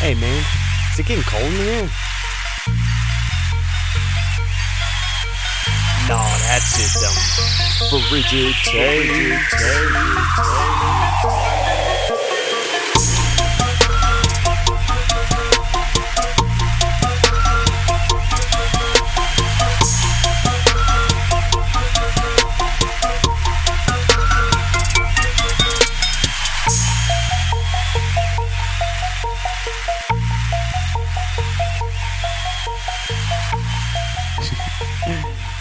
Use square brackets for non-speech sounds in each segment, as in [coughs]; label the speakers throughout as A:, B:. A: Hey man, is it getting cold in here? No, that's just um frigid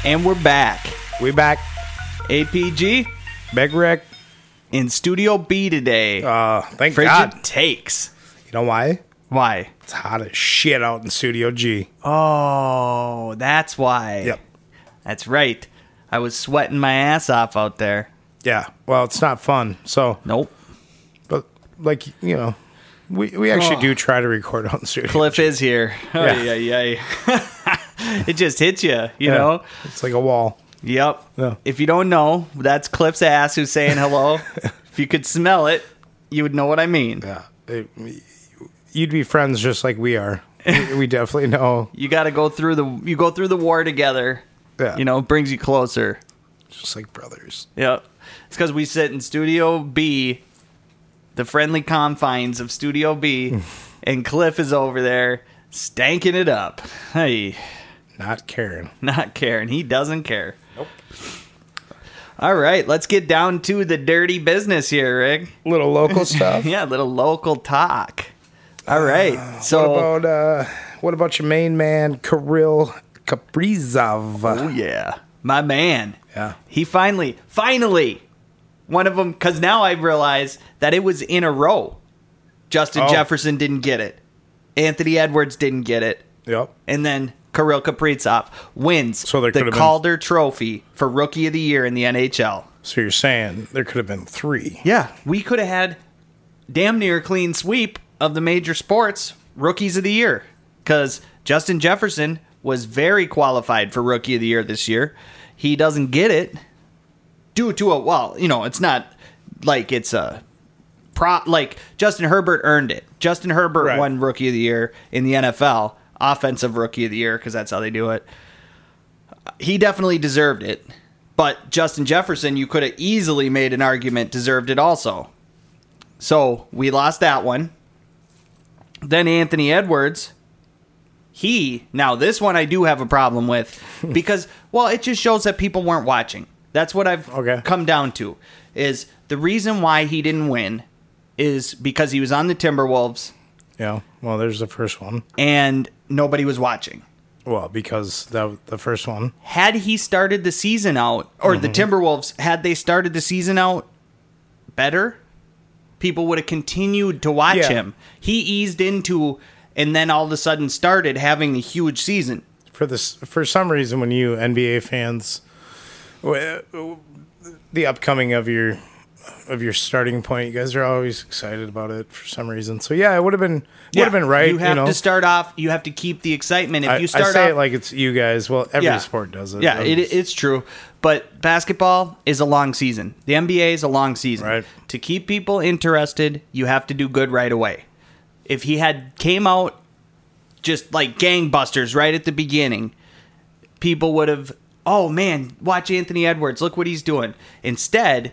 B: And we're back.
A: We back,
B: APG
A: Big Rick.
B: in Studio B today.
A: Uh, thank
B: Frigid
A: God.
B: takes.
A: You know why?
B: Why?
A: It's hot as shit out in Studio G.
B: Oh, that's why.
A: Yep.
B: That's right. I was sweating my ass off out there.
A: Yeah. Well, it's not fun. So,
B: Nope.
A: but like you know, we we actually
B: Oh.
A: do try to record out in studio.
B: Cliff is here. Oh,
A: Yeah.
B: yeah, yeah. [laughs] it just hits you, [laughs] you
A: Yeah.
B: know?
A: it's like a wall.
B: Yep.
A: Yeah.
B: If you don't know, that's Cliff's ass who's saying [laughs] hello. if you could smell it, you would know what I mean.
A: Yeah. It- you'd be friends just like we are.
B: [laughs]
A: We, we definitely know.
B: You got to go through the you go through the war together.
A: Yeah.
B: You know, it brings you closer.
A: just like brothers.
B: Yep. It's because we sit in Studio B, the friendly confines of Studio B, [laughs] and Cliff is over there stanking it up. Hey,
A: Not caring.
B: [laughs] not caring. He doesn't care. Nope. All right, let's get down to the dirty business here, Rick.
A: Little
B: [laughs]
A: local stuff.
B: Yeah, little local talk. All right. so,
A: [sighs] What about uh, what about your main man Kirill Kaprizov?
B: oh yeah, my man.
A: Yeah.
B: He finally, finally, one of them. Because now I realize that it was in a row. Justin
A: Oh.
B: Jefferson didn't get it. Anthony Edwards didn't get it,
A: Yep.
B: and then Kirill Kaprizov wins
A: So there
B: the
A: could've been-
B: Calder Trophy for Rookie of the Year in the NHL.
A: So you're saying there could have been three?
B: Yeah, we could have had damn near a clean sweep of the major sports rookies of the year because Justin Jefferson was very qualified for rookie of the year this year. He doesn't get it due to a well, you know, it's not like it's a pro like Justin Herbert earned it. Justin Herbert
A: Right.
B: won rookie of the year in the NFL, offensive rookie of the year because that's how they do it. He definitely deserved it. But Justin Jefferson, you could have easily made an argument deserved it also. So we lost that one. Then Anthony Edwards, he now this one I do have a problem with because well it just shows that people weren't watching. That's what I've
A: Okay.
B: come down to is the reason why he didn't win is because he was on the Timberwolves
A: Yeah. Well, there's the first one.
B: and nobody was watching.
A: Well, because that the first one.
B: had he started the season out, or the
A: Mm-hmm.
B: Timberwolves, had they started the season out better, people would have continued to watch
A: Yeah.
B: him. He eased into and then all of a sudden started having a huge season.
A: for this for some reason when you NBA fans w- the upcoming of your of your starting point you guys are always excited about it for some reason so yeah it would have been would have been right
B: You
A: you,
B: have
A: know
B: to start off. You have to keep the excitement. If
A: I,
B: you
A: I
B: start
A: say
B: off,
A: it like it's you guys well every
B: Yeah.
A: sport does it Um,
B: yeah, it,
A: It's-
B: it's true. But basketball is a long season. The NBA is a long season.
A: Right.
B: To keep people interested, you have to do good right away. If he had came out just like gangbusters right at the beginning, people would have, oh man, watch Anthony Edwards. Look what he's doing. Instead,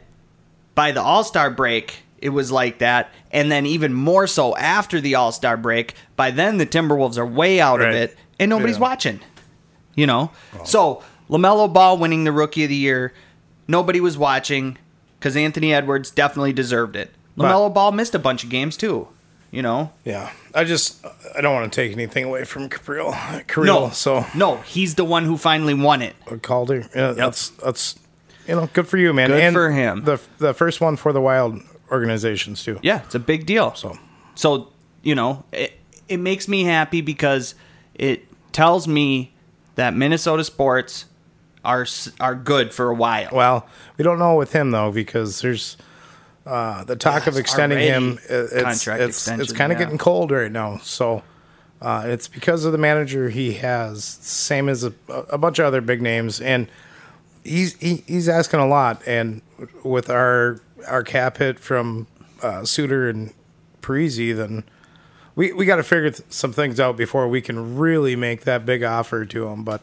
B: by the All Star break, it was like that. And then even more so after the All Star break, by then the Timberwolves are way out
A: Right.
B: of it and nobody's
A: Yeah. Oh.
B: watching. You know? So LaMelo Ball winning the rookie of the year, nobody was watching because Anthony Edwards definitely deserved it.
A: But-
B: LaMelo Ball missed a bunch of games too. You know?
A: yeah I just I don't want to take anything away from Capriel Capriel
B: no.
A: so
B: No, he's the one who finally won it.
A: Calder yeah that's that's you know good for you man
B: Good
A: and
B: for him.
A: the the first one for the Wild organizations too
B: Yeah, it's a big deal.
A: so
B: So, you know, it, it makes me happy because it tells me that Minnesota sports are s- are good for a while.
A: Well, we don't know with him though because there's uh, the talk of
B: it's
A: extending him.
B: already
A: i- It's
B: contract
A: it's, it's
B: extension,
A: kind of
B: yeah.
A: getting cold right now. So uh, it's because of the manager he has, same as a, a bunch of other big names, and he's he, he's asking a lot. And with our our cap hit from uh, Suter and Parisi, then we we got to figure th- some things out before we can really make that big offer to him. But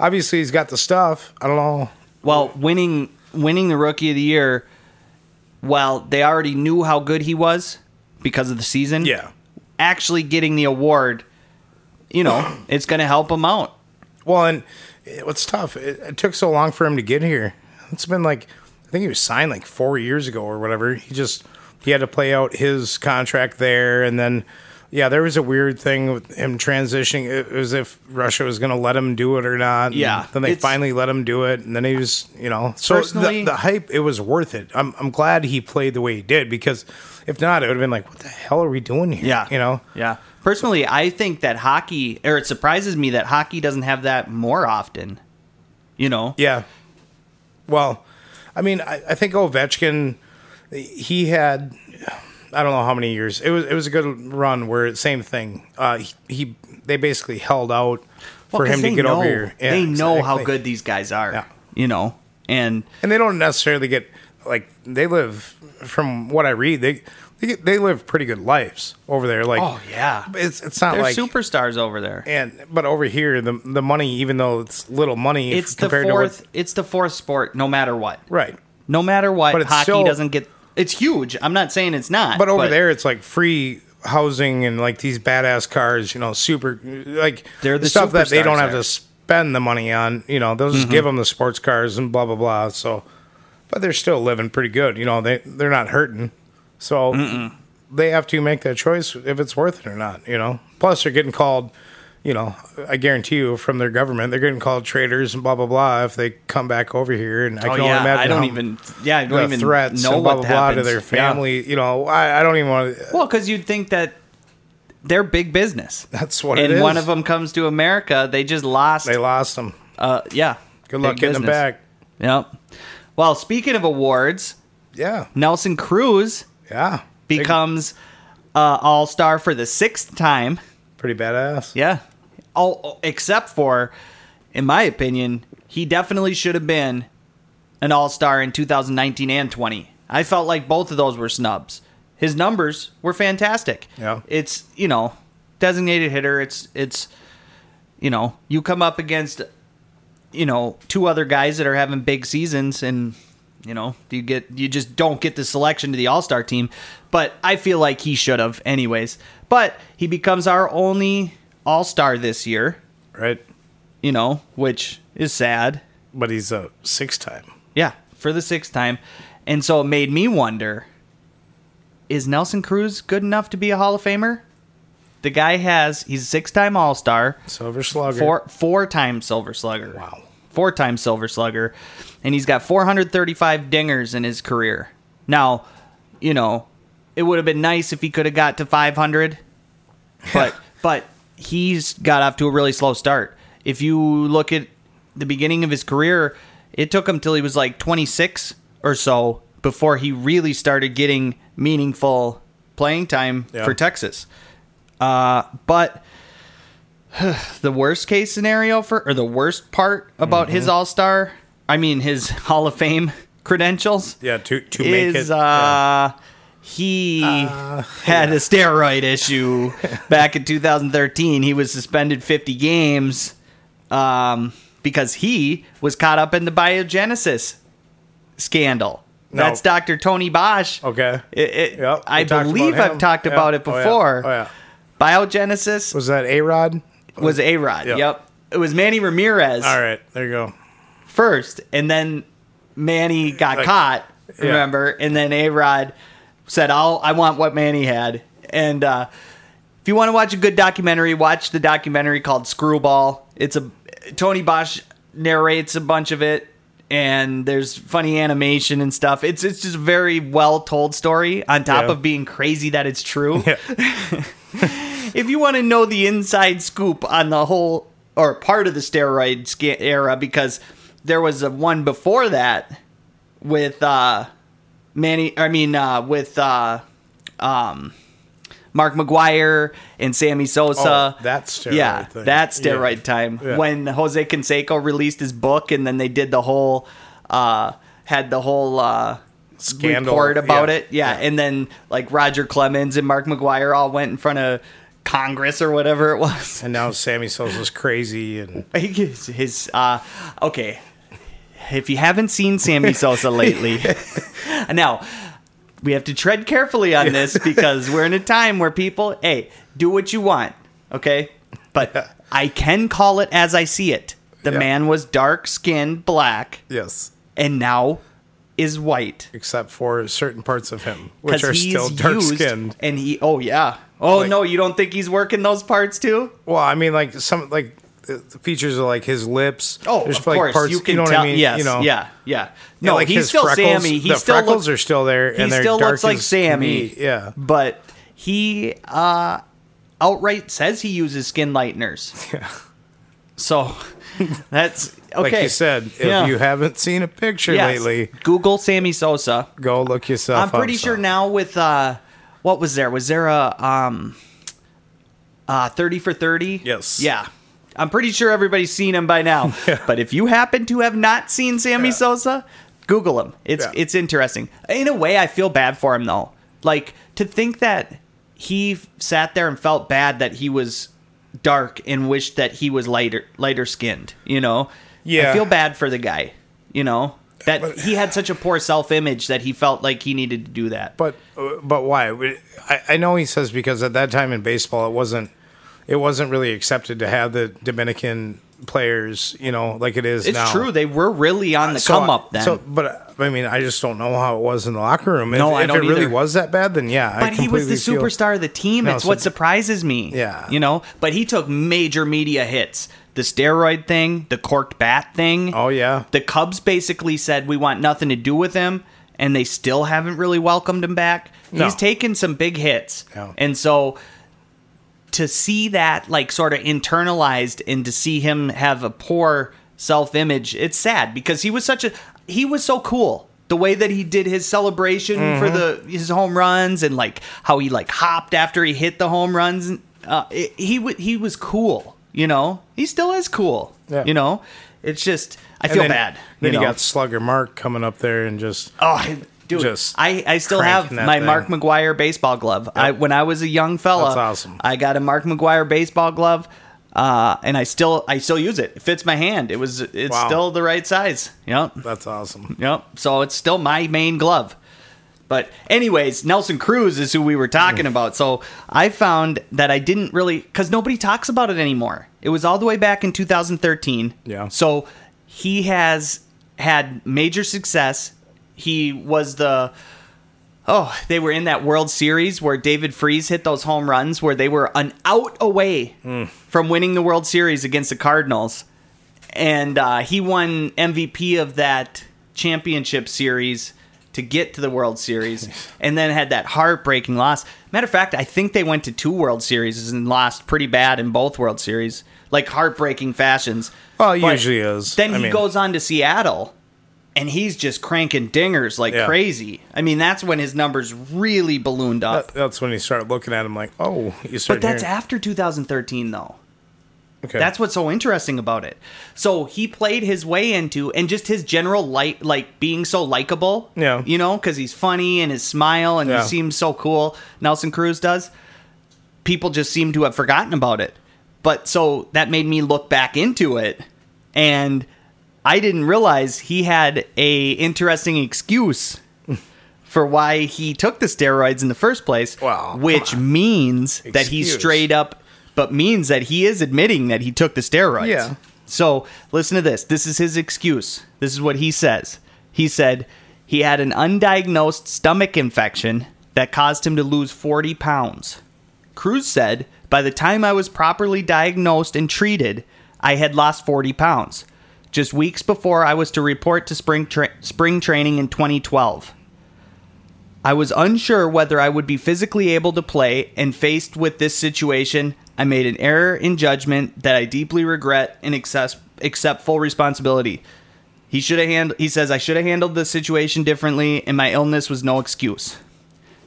A: obviously, he's got the stuff. I don't know.
B: Well, winning winning the rookie of the year, well, they already knew how good he was because of the season.
A: Yeah.
B: Actually getting the award,
A: [clears throat]
B: you know, it's going to help him out.
A: Well, and it- what's tough? It, it took so long for him to get here. It's been like I think he was signed like four years ago or whatever. He just he had to play out his contract there, and then yeah, there was a weird thing with him transitioning. It it was if Russia was going to let him do it or not. and
B: Yeah,
A: then they
B: it's-
A: finally let him do it, and then he was you know so
B: Personally-
A: the, the hype it was worth it. I'm I'm glad he played the way he did because if not, it would have been like what the hell are we doing here?
B: Yeah.
A: you know.
B: Yeah. Personally, I think that hockey, or it surprises me that hockey doesn't have that more often. You know?
A: Yeah. Well, I mean, I, I think Ovechkin, he had, I don't know how many years. It was it was a good run where same thing. Uh, he, he they basically held out for him to get over here. Yeah,
B: they know how
A: exactly.
B: good these guys are.
A: Yeah.
B: You know? And
A: and they don't necessarily get like they live from what I read they they, get, they live pretty good lives over there. Like
B: Oh, yeah.
A: it's it's not
B: they're
A: like
B: superstars over there.
A: and but over here the the money even though it's little money
B: It's
A: if
B: the
A: compared to what-
B: fourth it's the fourth sport no matter what.
A: right
B: No matter what,
A: But it's
B: hockey
A: still-
B: doesn't get. It's huge. I'm not saying it's not.
A: But over there, it's like free housing and like these badass cars, you know, super like
B: They're the
A: stuff that they
B: superstars Mm-hmm.
A: don't have
B: there.
A: to spend the money on. You know, they'll just give them the sports cars and blah blah blah. So, but they're still living pretty good. You know, they they're not hurting. So they have to make that choice if it's worth it or not. You know, plus they're getting called. You know, I guarantee you from their government, they're getting called traitors and blah blah blah if they come back over here. And I
B: oh
A: can only
B: yeah,
A: imagine
B: I don't
A: how
B: even. Yeah, I don't
A: the
B: even
A: threats
B: know
A: and blah
B: what
A: blah blah to
B: happens.
A: their
B: Yeah.
A: family. You know, I, I don't even want to.
B: Well, because you'd think that they're big business,
A: [laughs] [laughs] That's what it
B: and
A: is.
B: one of them comes to America, they just lost.
A: They lost them.
B: uh, yeah.
A: Good
B: big
A: luck getting them
B: business.
A: back.
B: Yep. Well, speaking of awards,
A: Yeah.
B: Nelson Cruz
A: Yeah. Big-
B: becomes uh, All Star for the sixth time.
A: pretty badass.
B: Yeah. All except for, in my opinion, he definitely should have been an All Star in 2019 and 20. I felt like both of those were snubs. His numbers were fantastic.
A: Yeah.
B: It's you know designated hitter. It's it's you know you come up against you know two other guys that are having big seasons and you know you get you just don't get the selection to the all-star team but i feel like he should have anyways but he becomes our only all-star this year
A: Right.
B: you know which is sad
A: But he's a six time.
B: yeah for the sixth time and so it made me wonder is nelson cruz good enough to be a hall of famer the guy has he's a six-time all-star
A: Silver slugger.
B: four four-time silver slugger
A: Wow.
B: four time Silver Slugger, and he's got 435 dingers in his career. Now, you know, it would have been nice if he could have got
A: [laughs]
B: to 500, but but he's got off to a really slow start. If you look at the beginning of his career, it took him till he was like 26 or so before he really started getting meaningful playing time
A: Yeah.
B: for Texas. Uh, but [sighs] the worst case scenario for or the worst part about his
A: Mm-hmm.
B: All Star, I mean his [laughs] Hall of Fame credentials,
A: Yeah. To to make
B: is
A: it.
B: uh,
A: yeah. Uh,
B: he had a
A: [laughs]
B: steroid issue back in 2013. He was suspended 50 games um, because he was caught up in the biogenesis scandal.
A: No.
B: That's Dr. Tony Bosch.
A: Okay.
B: It- it-
A: Oh, Yep, we
B: I
A: talked about
B: believe
A: him.
B: I've talked
A: Yeah.
B: about it
A: Oh, yeah.
B: before.
A: Oh yeah.
B: Biogenesis
A: Was that A Rod?
B: was A Rod.
A: Yeah.
B: Yep. It was Manny Ramirez
A: All right. There you go.
B: first, and then Manny got
A: Like-
B: caught,
A: yeah.
B: remember? And then A Rod said, I'll, I want what Manny had. And uh, if you want to watch a good documentary, watch the documentary called Screwball. It's a Tony Bosch narrates a bunch of it. And there's funny animation and stuff. It's it's just a very well told story on top
A: Yeah.
B: of being crazy that it's true
A: [laughs] Yeah.
B: if you want to know the inside scoop on the whole or part of the steroid sca- era because there was a one before that with uh Manny I mean uh with uh um Mark McGuire and Sammy Sosa.
A: Oh, that steroid
B: Yeah,
A: thing.
B: that steroid
A: Yeah.
B: time
A: Yeah.
B: when Jose Canseco released his book and then they did the whole uh had the whole uh
A: Scandal.
B: report about
A: Yeah.
B: it. Yeah. and then like Roger Clemens and Mark McGuire all went in front of Congress or whatever it was. [laughs]
A: And now Sammy Sosa's crazy and
B: His, his uh, okay. If you haven't
A: [laughs]
B: seen Sammy Sosa lately, [laughs] now we have to tread carefully on this because we're in a time where people, hey, do what you want, okay? But I can call it as I see it. The
A: Yeah.
B: man was dark skinned, black,
A: yes,
B: and now is white.
A: except for certain parts of him which
B: 'Cause
A: are
B: he's
A: still
B: used
A: dark skinned.
B: And he, oh yeah, oh
A: Like-
B: no, you don't think he's working those parts too?
A: Well, I mean, like some like the the features are like his lips.
B: Oh,
A: There's,
B: of
A: like,
B: course, you can
A: know What
B: tell.
A: I mean?
B: Yes,
A: you know,
B: yeah,
A: Yeah,
B: yeah. No,
A: like
B: he's
A: his
B: still
A: freckles,
B: Sammy. He
A: the
B: still
A: freckles
B: looks,
A: are still there,
B: he
A: and they're
B: still
A: dark
B: looks like
A: as
B: Sammy.
A: can be. Yeah,
B: but he uh, outright says he uses skin lighteners.
A: [laughs] Yeah.
B: So [laughs] that's okay.
A: like you said, if
B: Yeah.
A: you haven't seen a picture
B: Yes.
A: lately,
B: Google Sammy Sosa.
A: go look yourself.
B: I'm
A: up
B: pretty sure
A: some.
B: now with uh, what was there? Was there a um, uh, thirty for thirty?
A: Yes.
B: Yeah. I'm pretty sure everybody's seen him
A: [laughs]
B: by now. But if you happen to have not seen Sammy
A: Yeah.
B: Sosa, Google him. It's
A: Yeah.
B: it's interesting. In a way, I feel bad for him though. Like to think that he f- sat there and felt bad that he was dark and wished that he was lighter lighter skinned. You know.
A: Yeah.
B: I feel bad for the guy. You know. That he had such a poor self image that he felt like he needed to do that.
A: But but why? I, I know he says because at that time in baseball it wasn't it wasn't really accepted to have the Dominican players, you know, like it is
B: it's
A: now.
B: true. They were really on the
A: So,
B: come up then.
A: So, but I mean, I just don't know how it was in the locker room. If,
B: No, I
A: if
B: don't
A: it really
B: either.
A: was that bad, then yeah. I
B: but he was the
A: completely feel-
B: superstar of the team.
A: No,
B: it's
A: so-
B: what surprises me.
A: Yeah.
B: You know, but he took major media hits. The steroid thing, the corked bat thing.
A: Oh yeah,
B: The Cubs basically said we want nothing to do with him, and they still haven't really welcomed him back.
A: No.
B: He's taken some big hits.
A: Yeah.
B: And so to see that like sort of internalized and to see him have a poor self-image, it's sad because he was such a he was so cool. The way that he did his celebration for
A: Mm-hmm.
B: the his home runs and like how he like hopped after he hit the home runs, uh, it, he w- he was cool. You know, he still is cool.
A: Yeah.
B: You know, it's just I
A: And
B: feel
A: then-
B: bad.
A: Then
B: you
A: you
B: know?
A: got Slugger Mark coming up there and just
B: Oh, I- dude,
A: Just
B: I, I still have
A: cranking that
B: my
A: thing.
B: Mark McGuire baseball glove. I when I was a young fella,
A: That's awesome.
B: I got a Mark McGuire baseball glove, uh, and I still I still use it. It fits my hand. It was it's
A: Wow.
B: still the right size. Yep,
A: that's awesome.
B: yep. So it's still my main glove. But anyways, Nelson Cruz is who we were talking about. So I found that I didn't really because nobody talks about it anymore. It was all the way back in 2013.
A: Yeah.
B: So he has had major success. He was the oh they were in that World Series where David Freeze hit those home runs where they were an out away from winning the World Series against the Cardinals, and uh, he won MVP of that championship series to get to the World Series, and then had that heartbreaking loss. Matter of fact, I think they went to two World Series and lost pretty bad in both World Series, like heartbreaking fashions.
A: Well, it
B: But
A: usually is.
B: Then
A: I
B: he
A: mean-
B: goes on to Seattle, and he's just cranking dingers like
A: Yeah.
B: crazy. I mean, that's when his numbers really ballooned up.
A: That- that's when you start looking at him like, oh, you
B: but
A: start.
B: that's
A: hearing,
B: after 2013, though.
A: okay.
B: That's what's so interesting about it. So he played his way into, and just his general light, like being so likable.
A: Yeah.
B: You know, because he's funny and his smile and
A: Yeah.
B: he seems so cool. Nelson Cruz does. People just seem to have forgotten about it. But so that made me look back into it, and I didn't realize he had a interesting
A: [laughs]
B: excuse for why he took the steroids in the first place.
A: Wow, come
B: which means that he
A: Excuse.
B: straight up, but means that he is admitting that he took the steroids.
A: Yeah.
B: So listen to this. This is his excuse. This is what he says. He said he had an undiagnosed stomach infection that caused him to lose 40 pounds. Cruz said, by the time I was properly diagnosed and treated, I had lost 40 pounds. Just weeks before I was to report to spring, tra- spring training in 2012. I was unsure whether I would be physically able to play, and faced with this situation, I made an error in judgment that I deeply regret and access- accept full responsibility. He should have hand- he says I should have handled the situation differently and my illness was no excuse.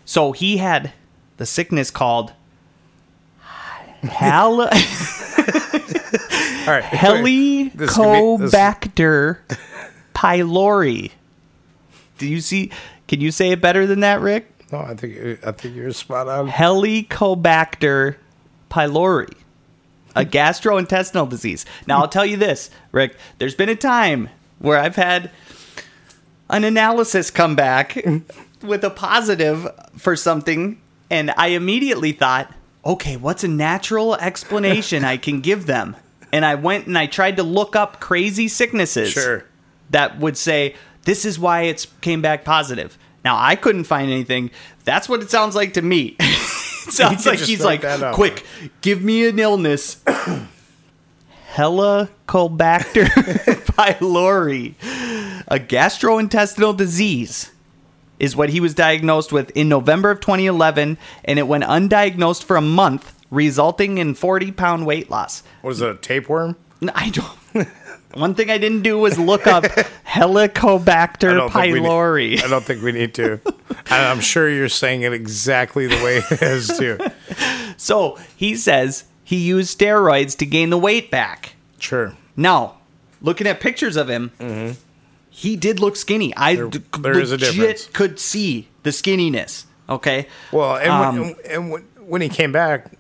B: So he had the sickness called
A: [laughs]
B: hal-
A: All right. [laughs] This is gonna be- this- [laughs]
B: Helicobacter pylori. Do you see can you say it better than that, Rick?
A: No, I think I think you're spot on.
B: Helicobacter pylori, a gastrointestinal disease. Now, I'll tell you this, Rick, there's been a time where I've had an analysis come back with a positive for something, and I immediately thought, okay, what's a natural explanation I can give them? And I went and I tried to look up crazy sicknesses
A: Sure.
B: that would say this is why it's came back positive. Now I couldn't find anything. That's what it sounds like to me. [laughs] it sounds
A: You
B: like
A: just
B: he's
A: look
B: like,
A: that up.
B: quick, give me an illness. [coughs] Helicobacter [laughs] pylori, a gastrointestinal disease, is what he was diagnosed with in November of 2011, and it went undiagnosed for a month, resulting in 40 pound weight loss.
A: What is it, a tapeworm?
B: No, I don't. One thing I didn't do was look
A: [laughs]
B: up Helicobacter
A: think we need-
B: pylori.
A: I don't think we need
B: [laughs]
A: to. And I'm sure you're saying it exactly the way it is
B: [laughs]
A: too.
B: So he says he used steroids to gain the weight back.
A: Sure.
B: Now, looking at pictures of him, he did look skinny. I there,
A: Mm-hmm. there is a difference.
B: could see the skinniness. Okay.
A: Well, and,
B: Um,
A: when, and when, when he came back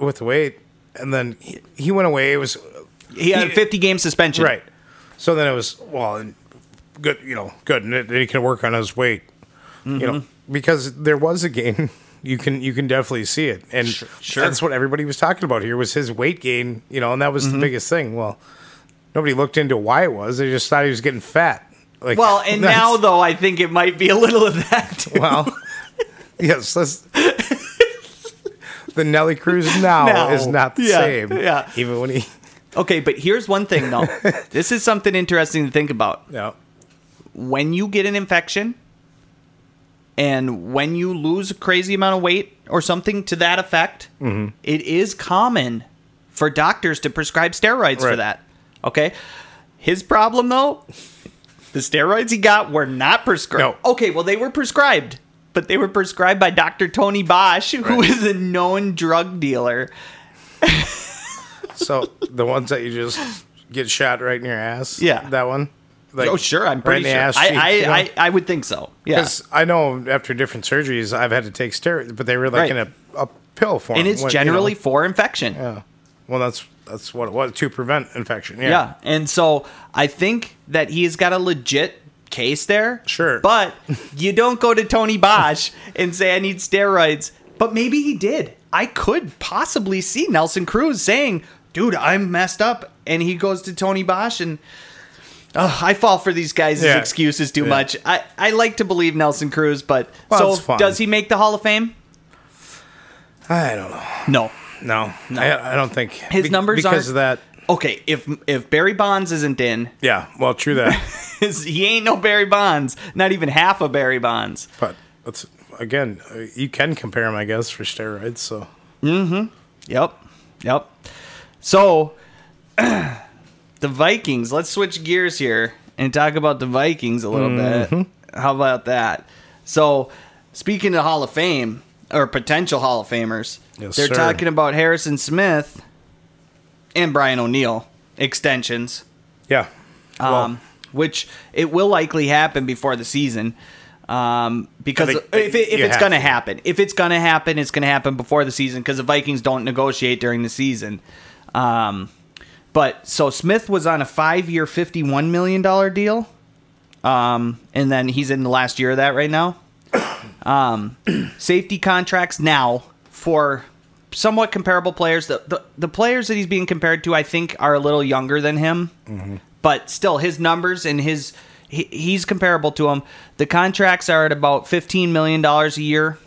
A: with the weight, and then he, he went away. It was
B: he had a
A: he-
B: 50 game suspension.
A: right. So then it was well, and good. You know, good. And then he can work on his weight. You know,
B: Mm-hmm.
A: because there was a gain. [laughs] You can you can definitely see it, and
B: sure.
A: that's what everybody was talking about here was his weight gain. You know, and that was
B: Mm-hmm.
A: the biggest thing. Well, nobody looked into why it was. They just thought he was getting fat. Like
B: Well,
A: [laughs]
B: and
A: that's-
B: now though, I think it might be a little of that.
A: [laughs]
B: too. [laughs]
A: Well, yes, let's. The Nelly Cruz now,
B: Now.
A: is not the
B: Yeah,
A: same.
B: yeah.
A: Even when he.
B: Okay, but here's one thing
A: [laughs]
B: though. this is something interesting to think about.
A: No.
B: when you get an infection and when you lose a crazy amount of weight or something to that effect,
A: Mm-hmm.
B: it is common for doctors to prescribe steroids for
A: Right.
B: that. Okay. His problem, though, the steroids he got were not prescribed.
A: No.
B: Okay, well, they were prescribed, but they were prescribed by Dr. Tony Bosch, who
A: Right.
B: is a known drug dealer.
A: So the ones that you just get shot right in your ass.
B: Yeah.
A: That one. Like,
B: oh, sure. I'm
A: right in
B: pretty
A: the
B: sure.
A: ass
B: I,
A: cheek,
B: I,
A: you know?
B: I, I would think so. Yeah.
A: Because I know after different surgeries, I've had to take steroids, but they were like
B: Right.
A: in a, a pill form.
B: And it's
A: when, you know-
B: generally for infection.
A: well, that's that's what it was to prevent infection. Yeah.
B: Yeah. And so I think that he's got a legit case there.
A: Sure.
B: But you don't go to
A: [laughs]
B: Tony Bosch and say, I need steroids. But maybe he did. I could possibly see Nelson Cruz saying, dude, I'm messed up. And he goes to Tony Bosch and. Ugh, I fall for these guys'
A: Yeah.
B: excuses too
A: Yeah.
B: much. I, I like to believe Nelson Cruz, but
A: Well, it's
B: so
A: fun.
B: does he make the Hall of Fame?
A: I don't know.
B: No.
A: No. I, I don't think.
B: His numbers
A: Because of that.
B: Okay, if if Barry Bonds isn't in,
A: Yeah. Well, true
B: [laughs]
A: that.
B: he ain't no Barry Bonds. Not even half of Barry Bonds.
A: But that's again, uh, you can compare them, I guess, for steroids. So
B: Yep. Yep. So [clears throat] the Vikings, let's switch gears here and talk about the Vikings a little bit.
A: Mm-hmm.
B: How about that? So speaking of Hall of Fame or potential Hall of Famers,
A: Yes,
B: they're
A: sir.
B: talking about Harrison Smith and Brian O'Neill extensions.
A: yeah, Well,
B: um, which it will likely happen before the season. Um, because
A: I think-
B: if, it, if
A: you
B: it's
A: have
B: going to
A: to.
B: happen, if it's going to happen, it's going to happen before the season because the Vikings don't negotiate during the season. Um, but so Smith was on a five-year, fifty-one million dollar deal, um, and then he's in the last year of that right now. Um, safety contracts now for somewhat comparable players. The, the the players that he's being compared to, I think, are a little younger than him
A: Mm-hmm.
B: but still his numbers and his he, he's comparable to him. The contracts are at about fifteen million dollars a year,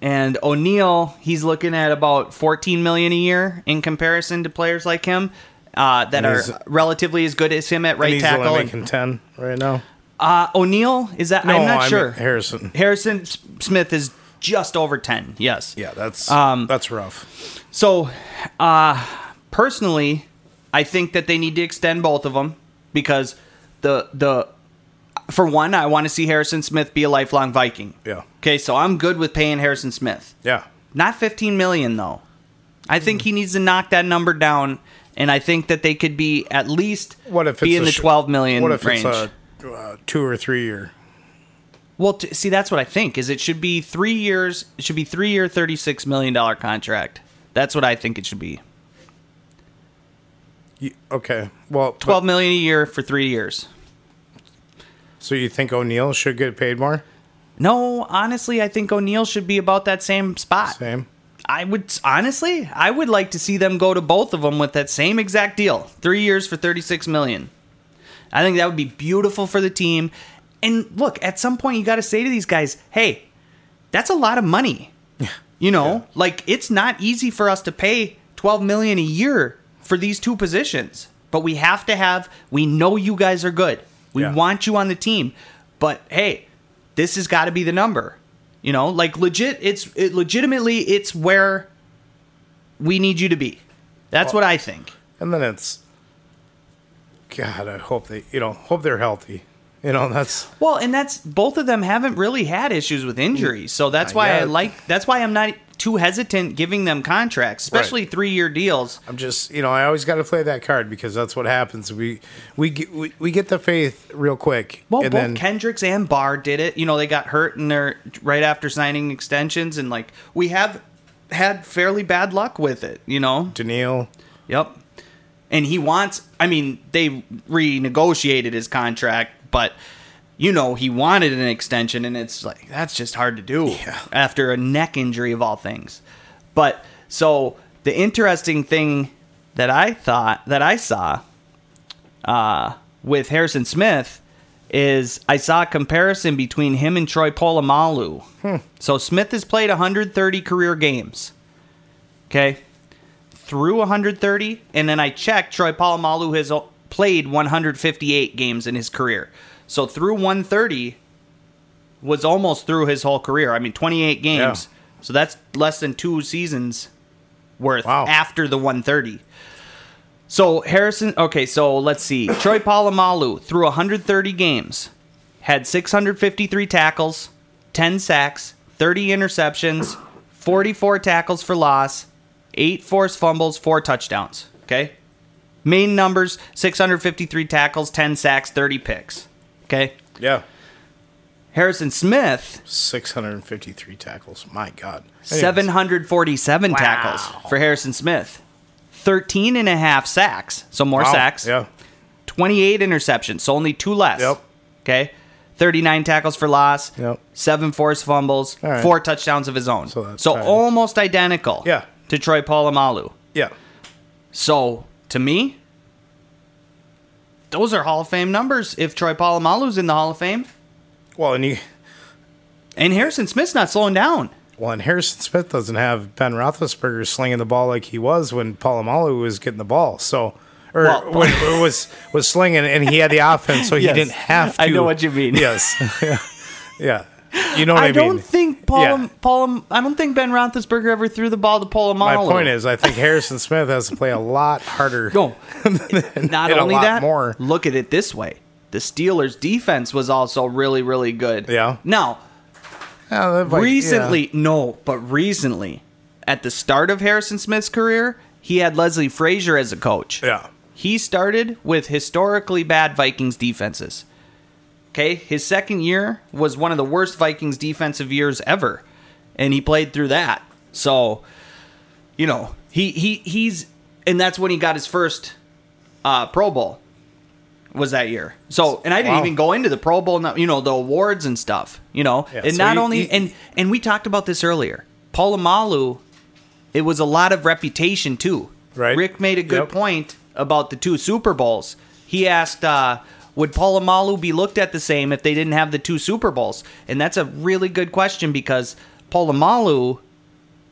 B: and O'Neal he's looking at about fourteen million a year in comparison to players like him uh, that
A: And
B: are
A: he's-
B: relatively as good as him at right
A: he's
B: tackle.
A: only
B: And,
A: making ten right now.
B: uh, O'Neal is that? I'm not
A: mean
B: sure.
A: Harrison.
B: Harrison S- Smith is just over ten. Yes.
A: Yeah, that's
B: Um,
A: that's rough.
B: So, uh, personally, I think that they need to extend both of them because the the for one, I want to see Harrison Smith be a lifelong Viking.
A: Yeah,
B: Okay, so I'm good with paying Harrison Smith.
A: yeah,
B: Not 15 million though. I think he needs to knock that number down, and I think that they could be at least
A: What if it's
B: be in
A: a
B: the
A: sh-
B: 12 million
A: what if
B: range.
A: it's a uh, two or three year?
B: Well, t- see, that's what I think. Is it should be three years? It should be three year, thirty six million dollar contract. That's what I think it should be.
A: You- okay. Well, but-
B: Twelve million a year for three years.
A: so you think O'Neal should get paid more?
B: No, honestly, I think O'Neal should be about that same spot.
A: Same.
B: I would honestly, I would like to see them go to both of them with that same exact deal. 3 years for 36 million. I think that would be beautiful for the team. And look, at some point you got to say to these guys, "Hey, that's a lot of money." You know, like it's not easy for us to pay 12 million a year for these two positions, but we have to have we know you guys are good. We
A: Yeah.
B: want you on the team. But hey, this has got to be the number. You know, like legit it's it legitimately it's where we need you to be. That's what I think.
A: And then it's God, I hope they you know, hope they're healthy. You know, that's
B: Well, and that's both of them haven't really had issues with injuries, so that's
A: Not
B: why I
A: yet.
B: like. That's why I'm not too hesitant giving them contracts, especially
A: Right.
B: three year deals.
A: I'm just you know, I always gotta play that card because that's what happens. We we get we, we get the faith real quick.
B: Well,
A: and
B: both
A: then
B: Kendricks and Barr did it. You know, they got hurt in their right after signing extensions, and like we have had fairly bad luck with it. You know,
A: Daniil.
B: Yep. And he wants, I mean, they renegotiated his contract, but you know, he wanted an extension, and it's like, that's just hard to do after a neck injury of all things. But so the interesting thing that I thought, that I saw uh, with Harrison Smith is I saw a comparison between him and Troy Polamalu. So Smith has played 130 career games. Okay through 130, and then I checked. Troy Polamalu has o- played 158 games in his career, so through 130 was almost through his whole career. I mean, 28 games, so that's less than two seasons worth
A: Wow.
B: after the 130. So Harrison, okay, so let's see. Troy Polamalu through 130 games had 653 tackles, 10 sacks, 30 interceptions, 44 tackles for loss, 8 forced fumbles, 4 touchdowns. Okay? Main numbers 653 tackles, 10 sacks, 30 picks. Okay?
A: Yeah.
B: Harrison Smith,
A: Six hundred and fifty three tackles. My God. Anyways,
B: 747 tackles for Harrison Smith. 13 and a half sacks, so more
A: wow,
B: sacks.
A: Yeah.
B: 28 interceptions, so only two less.
A: Yep.
B: Okay. 39 tackles for loss,
A: Yep.
B: seven forced fumbles,
A: All right.
B: four touchdowns of his own.
A: So
B: So,
A: that's tied.
B: almost identical
A: Yeah.
B: to Troy Polamalu.
A: Yeah.
B: So to me, those are Hall of Fame numbers if Troy Polamalu's in the Hall of Fame.
A: Well and you
B: And Harrison Smith's not slowing down.
A: well, and Harrison Smith doesn't have Ben Roethlisberger slinging the ball like he was when Palomalu was getting the ball. So, or [laughs]
B: Well-
A: when it was was slinging, and he had the offense, so
B: Yes.
A: he didn't have to.
B: I know what you mean.
A: Yes, [laughs] yeah, you know what I,
B: I,
A: mean.
B: don't think Paul,
A: Oh, Yeah.
B: Paul I don't think Ben Roethlisberger ever threw the ball to Polamalu.
A: My point is, I think Harrison Smith has to play a lot harder. [laughs]
B: No. Not
A: hit a
B: only
A: lot
B: that,
A: more.
B: look at it this way. The Steelers' defense was also really, really good.
A: Yeah.
B: Now,
A: Yeah, they're like-
B: recently, no, but recently, at the start of Harrison Smith's career, he had Leslie Frazier as a coach.
A: yeah,
B: He started with historically bad Vikings defenses. Okay, his second year was one of the worst Vikings defensive years ever, and he played through that. So, you know, he he he's and that's when he got his first uh, Pro Bowl was that year. So, and I didn't
A: Wow.
B: even go into the Pro Bowl, you know, the awards and stuff, you know.
A: Yeah,
B: and
A: so
B: not
A: you-
B: only
A: you-
B: and and we talked about this earlier. Polamalu, it was a lot of reputation too.
A: Right.
B: Rick made a good
A: Yep.
B: point about the two Super Bowls. He asked, uh, would Polamalu be looked at the same if they didn't have the two Super Bowls? And that's a really good question because Polamalu,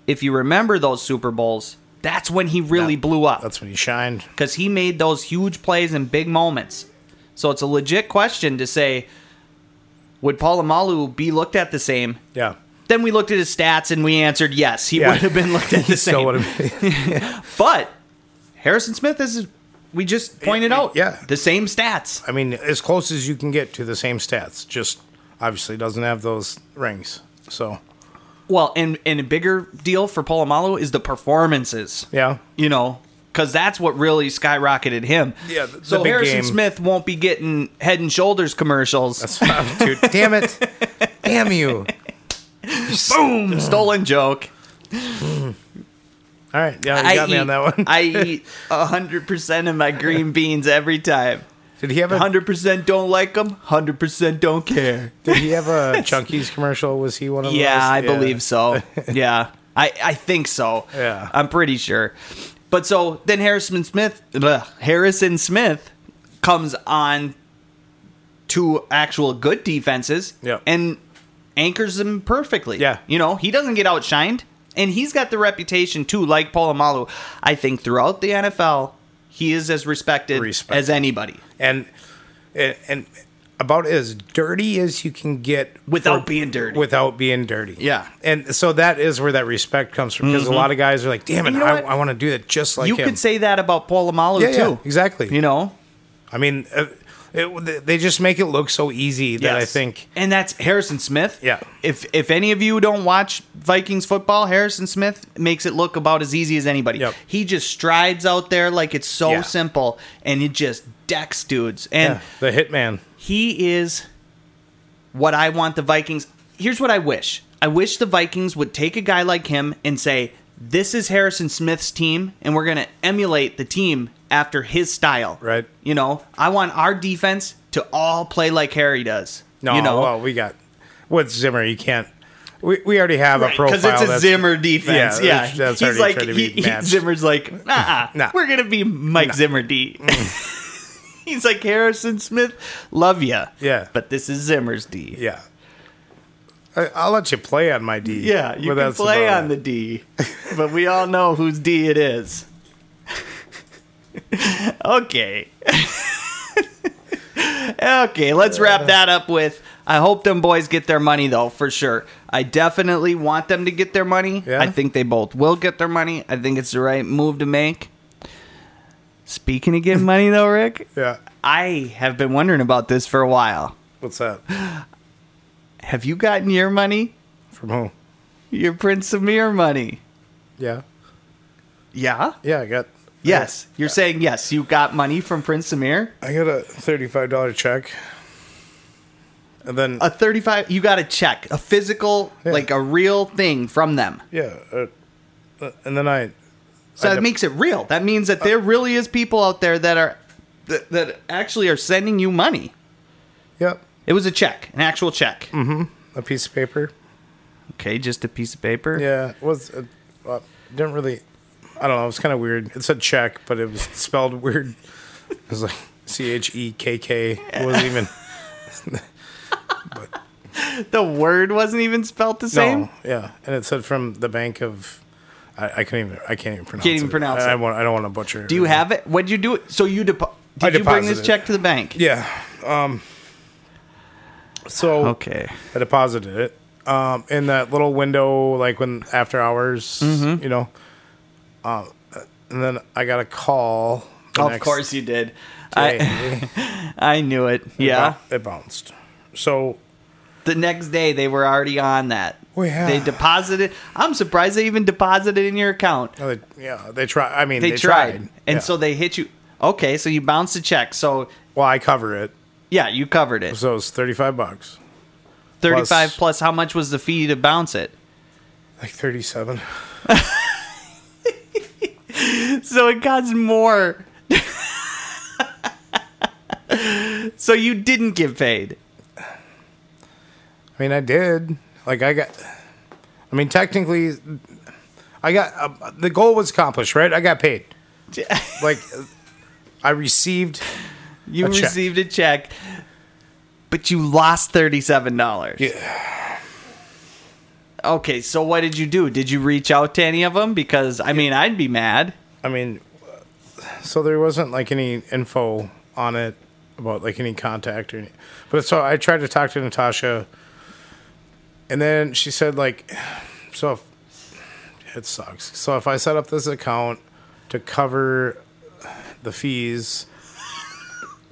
B: if you remember those Super Bowls, that's when he really
A: That-
B: blew up
A: that's when he shined.
B: because he made those huge plays in big moments. So it's a legit question to say, would Polamalu be looked at the same?
A: Yeah,
B: Then we looked at his stats and we answered yes, he
A: Yeah.
B: would have been looked at [laughs] the
A: [laughs] he
B: same.
A: still would have.
B: But Harrison Smith is we just pointed
A: y-
B: out
A: yeah.
B: the same stats.
A: I mean, as close as you can get to the same stats. Just obviously doesn't have those rings. So
B: Well, and and a bigger deal for Polamalu is the performances.
A: yeah,
B: You know, because that's what really skyrocketed him.
A: Yeah, the- the
B: so
A: big
B: Harrison
A: game.
B: Smith won't be getting Head and Shoulders commercials. [laughs]
A: [laughs] dude, damn it, damn you. [laughs]
B: Boom, stolen joke.
A: All right. Yeah, Oh, you got
B: I
A: me
B: eat,
A: on that one. [laughs]
B: [laughs] I eat hundred percent of my green beans
A: [laughs]
B: every time.
A: did he have a
B: Hundred percent don't like them. Hundred percent don't care.
A: Did he have a Chunkies commercial? Was he one of those?
B: Yeah, I
A: [laughs]
B: believe so. Yeah, I, I think so.
A: Yeah.
B: I'm pretty sure. But so then Harrison Smith, ugh, Harrison Smith comes on to actual good defenses
A: Yeah.
B: and anchors them perfectly.
A: Yeah.
B: You know, he doesn't get outshined. And he's got the reputation, too, like Polamalu. I think throughout the NFL, he is as respected,
A: Respected.
B: as anybody
A: And, and and about as dirty as you can get
B: without
A: for-
B: being dirty.
A: without being dirty.
B: Yeah.
A: And so that is where that respect comes from because a lot of guys are like, damn it,
B: And you know
A: I,
B: what?
A: I want to do that just like
B: you
A: him.
B: could say that about Polamalu,
A: yeah, yeah,
B: too.
A: exactly.
B: You know?
A: I mean, uh, it, they just make it look so easy that I
B: Yes.
A: think
B: and that's Harrison Smith.
A: Yeah.
B: If if any of you don't watch Vikings football, Harrison Smith makes it look about as easy as anybody.
A: Yep.
B: He just strides out there like it's so
A: Yeah.
B: simple, and it just decks dudes. And
A: yeah, the hitman.
B: he is what I want the Vikings. Here's what I wish. I wish the Vikings would take a guy like him and say, "This is Harrison Smith's team, and we're going to emulate the team after his style."
A: Right.
B: You know, I want our defense to all play like Harry does.
A: No,
B: you know,
A: well, we got with Zimmer. You can't. We, we already have a profile.
B: because it's a
A: that's-
B: Zimmer defense.
A: Yeah,
B: Yeah,
A: that's- that's
B: he's
A: already
B: like
A: trying to be
B: he- he-
A: matched.
B: Zimmer's
A: [laughs]
B: like, uh-uh,
A: Nah.
B: we're gonna be Mike Zimmer D.
A: Mm.
B: [laughs] he's like Harrison Smith, love ya.
A: Yeah.
B: but this is Zimmer's D.
A: Yeah. I, I'll let you play on my D.
B: Yeah, you
A: but
B: can
A: that's
B: play
A: about
B: on
A: it.
B: the D, but we all know whose D it is. [laughs] okay. [laughs] okay, let's wrap that up with I hope them boys get their money though, for sure. I definitely want them to get their money.
A: Yeah?
B: I think they both will get their money. I think it's the right move to make. Speaking of getting money though, Rick,
A: Yeah.
B: I have been wondering about this for a while.
A: What's that?
B: Have you gotten your money?
A: From who?
B: Your Prince Samir money?
A: Yeah.
B: Yeah?
A: Yeah, I got.
B: Yes, you're saying yes. You got money from Prince Samir.
A: I got a thirty-five dollar check, and then
B: A thirty-five. You got a check, a physical,
A: Yeah.
B: like a real thing from them.
A: yeah, uh, uh, and then I.
B: So
A: I
B: that
A: dep-
B: makes it real. That means that there really is people out there that are that, that actually are sending you money.
A: Yep,
B: It was a check, an actual check.
A: a piece of paper.
B: Mm-hmm. Okay, just a piece of paper.
A: Yeah, it was uh, uh, didn't really. I don't know. It was kind of weird. It said check, but it was [laughs] spelled weird. It was like C H E K K. It wasn't even.
B: The word wasn't even spelled the same.
A: No, yeah, and it said from the bank of. I, I can't even. I can't even pronounce.
B: Can't even
A: it.
B: pronounce
A: I, I,
B: it.
A: won't, I don't want to butcher.
B: Do you have it? What'd you do? It so you depo- did
A: I
B: you bring
A: deposited
B: this
A: it.
B: check to the bank?
A: Yeah. Um. So
B: Okay.
A: I deposited it um, in that little window, like when after hours,
B: Mm-hmm.
A: you know. Um, and then I got a call. the
B: Of
A: next
B: course you did. I [laughs]
A: day.
B: I knew it. Yeah.
A: it bounced. So
B: the next day they were already on that.
A: Well, yeah.
B: They deposited. I'm surprised they even deposited in your account.
A: no, they, yeah, they tried. I mean,
B: They,
A: they,
B: tried. and
A: Yeah.
B: so they hit you. Okay, so you bounced a check. So
A: well, I cover it.
B: yeah, you covered it.
A: So it's thirty five bucks,
B: 35 plus, plus how much was the fee to bounce it?
A: like thirty seven.
B: So it costs more. [laughs] so you didn't get paid. [laughs]
A: I mean, I did. Like, I got. I mean, technically, I got uh, the goal was accomplished, right? I got paid. Like, I received.
B: You
A: A check.
B: received a check, but you lost $37.
A: Yeah.
B: Okay, so what did you do? Did you reach out to any of them? Because, I mean, I'd be mad.
A: I mean, so there wasn't like any info on it about like any contact or any. But so I tried to talk to Natasha, and then she said like, so if, it sucks. So if I set up this account to cover the fees.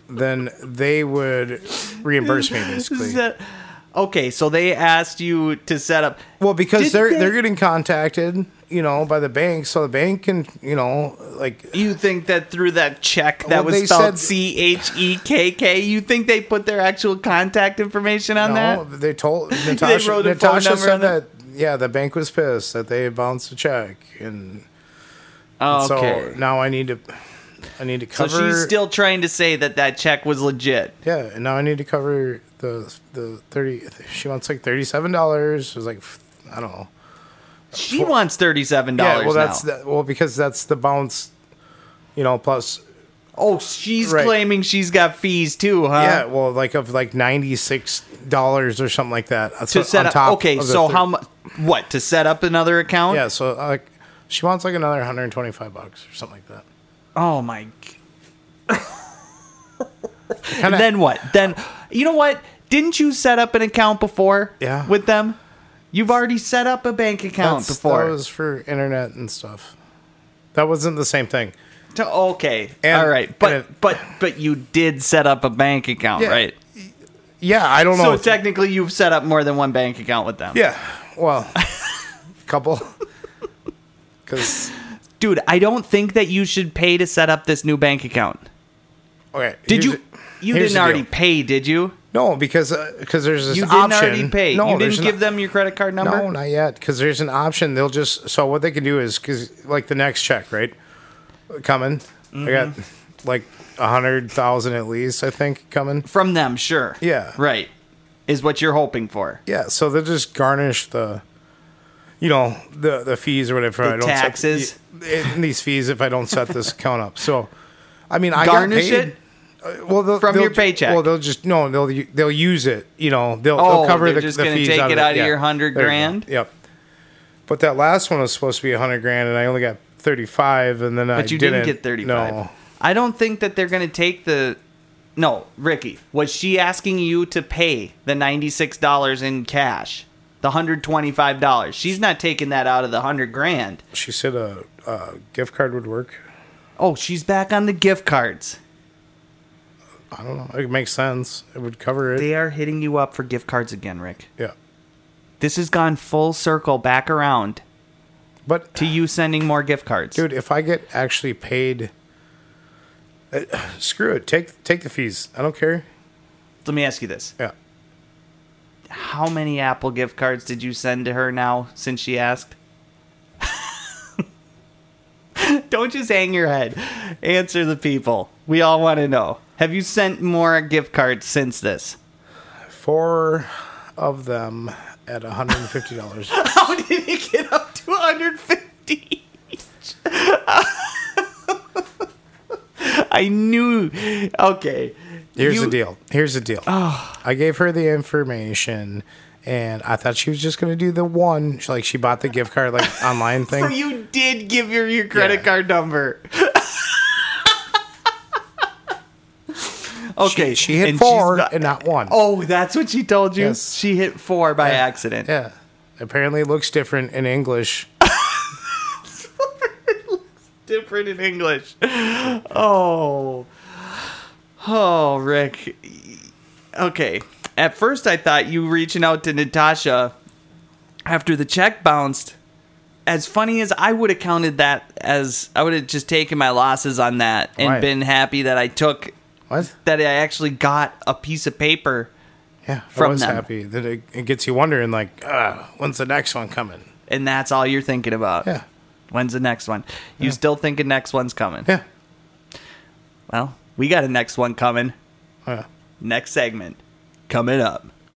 A: Then they would reimburse me basically.
B: Set- [laughs] okay, so they asked you to set up.
A: Well, because
B: Did
A: they're
B: they-
A: they... are they are getting contacted, you know, by the bank, so the bank can, you know, like
B: You think that through that check that
A: Well,
B: was
A: they
B: spelled
A: said-
B: C H E K K, you think they put their actual contact information on
A: no,
B: that?
A: they
B: [laughs]
A: told Natasha.
B: wrote a phone
A: Natasha
B: number
A: said
B: on it?
A: that yeah, the bank was pissed that they had bounced a check, and
B: Oh,
A: So
B: okay.
A: now I need to, I need to
B: So
A: cover.
B: she's still trying to say that that check was legit.
A: Yeah, and now I need to cover the the thirty. She wants like thirty seven dollars. It was like I don't know.
B: She wants thirty-seven dollars.
A: yeah, well that's
B: now.
A: the, well because that's the bounce. You know, plus
B: oh, she's
A: Right.
B: claiming she's got fees too, huh?
A: yeah, well like of like ninety six dollars or something like that.
B: To set up. Okay, so how much? What to set up another account?
A: Yeah, so like she wants like another one hundred twenty five bucks or something like that.
B: Oh my. g-
A: Kinda,
B: And then what? Then you know what? Didn't you set up an account before?
A: Yeah.
B: With them, you've already set up a bank account
A: that's-
B: before.
A: that was for internet and stuff. That wasn't the same thing.
B: To- okay.
A: And-
B: All right. But
A: and it-
B: but but you did set up a bank account,
A: Yeah.
B: right?
A: Yeah, I don't know.
B: So
A: if-
B: technically, you've set up more than one bank account with them.
A: Yeah. Well, [laughs] couple. [laughs] Because
B: Dude, I don't think that you should pay to set up this new bank account.
A: okay,
B: Did
A: here's
B: you?
A: the-
B: You
A: here's
B: didn't
A: the
B: already
A: deal.
B: pay, did you?
A: No, because because there's this
B: You didn't
A: option.
B: already pay.
A: No,
B: you
A: there's
B: didn't
A: an-
B: give them your credit card number.
A: No, not yet. Because there's an option. They'll just so what they can do is because like the next check, right? Coming, I got
B: Mm-hmm.
A: like a hundred thousand at least. I think coming.
B: From them, sure.
A: Yeah.
B: Right. Is what you're hoping for.
A: Yeah, so they'll just garnish the, you know, the the fees or whatever. I don't
B: taxes.
A: Set, the- and these fees if I don't set this account up. So, I mean, I got
B: Garnish
A: paid.
B: it?
A: Uh, Well, they'll-
B: From
A: they'll
B: your
A: ju-
B: paycheck?
A: Well, they'll just no, they'll u- they'll use it. You know, they'll,
B: Oh,
A: they'll cover
B: they're
A: the,
B: just
A: the
B: gonna
A: fees
B: take
A: out
B: it
A: of,
B: out of
A: yeah.
B: your 100
A: There you go.
B: grand?
A: Yep. But that last one was supposed to be a hundred grand, and I only got thirty five, and then I
B: But you didn't,
A: didn't
B: get 35.
A: No,
B: I don't think that they're going to take the. No, Ricky, was she asking you to pay the $96 in cash? The $125. She's not taking that out of the 100 grand.
A: she said a, a gift card would work.
B: Oh, she's back on the gift cards.
A: I don't know. It makes sense. It would cover it.
B: They are hitting you up for gift cards again, Rick.
A: yeah,
B: This has gone full circle back around
A: but
B: to you sending more gift cards.
A: dude if i get actually paid uh, screw it take take the fees i don't care
B: Let me ask you this.
A: yeah
B: How many Apple gift cards did you send to her now since she asked? [laughs] Don't just hang your head. Answer the people. We all want to know. Have you sent more gift cards since this? [laughs]
A: four of them at
B: [laughs]
A: $150
B: How did it get up to 150? [laughs] I knew. Okay.
A: here's
B: You-
A: the deal here's the deal i gave her the information and i thought she was just going to do the one she, like she bought the gift card
B: [laughs]
A: like online thing
B: So you did give her your credit
A: Yeah.
B: card number. okay,
A: she, she hit
B: and she's
A: four
B: not-
A: and not one.
B: oh, that's what she told you.
A: Yes.
B: She hit four by accident.
A: yeah apparently it looks different in
B: [laughs]
A: english
B: Different in English. Oh, oh, Rick. Okay. At first, I thought you reaching out to Natasha after the check bounced. As funny as I would have counted that as I would have just taken my losses on that and
A: Right.
B: been happy that I took
A: what
B: that I actually got a piece of paper
A: yeah
B: From
A: i was
B: them.
A: happy that it, it gets you wondering like uh, when's the next one coming
B: and that's all you're thinking about.
A: yeah
B: When's the next one? You still thinking next one's coming?
A: yeah
B: Well, we got a next one coming.
A: yeah
B: Next segment coming up.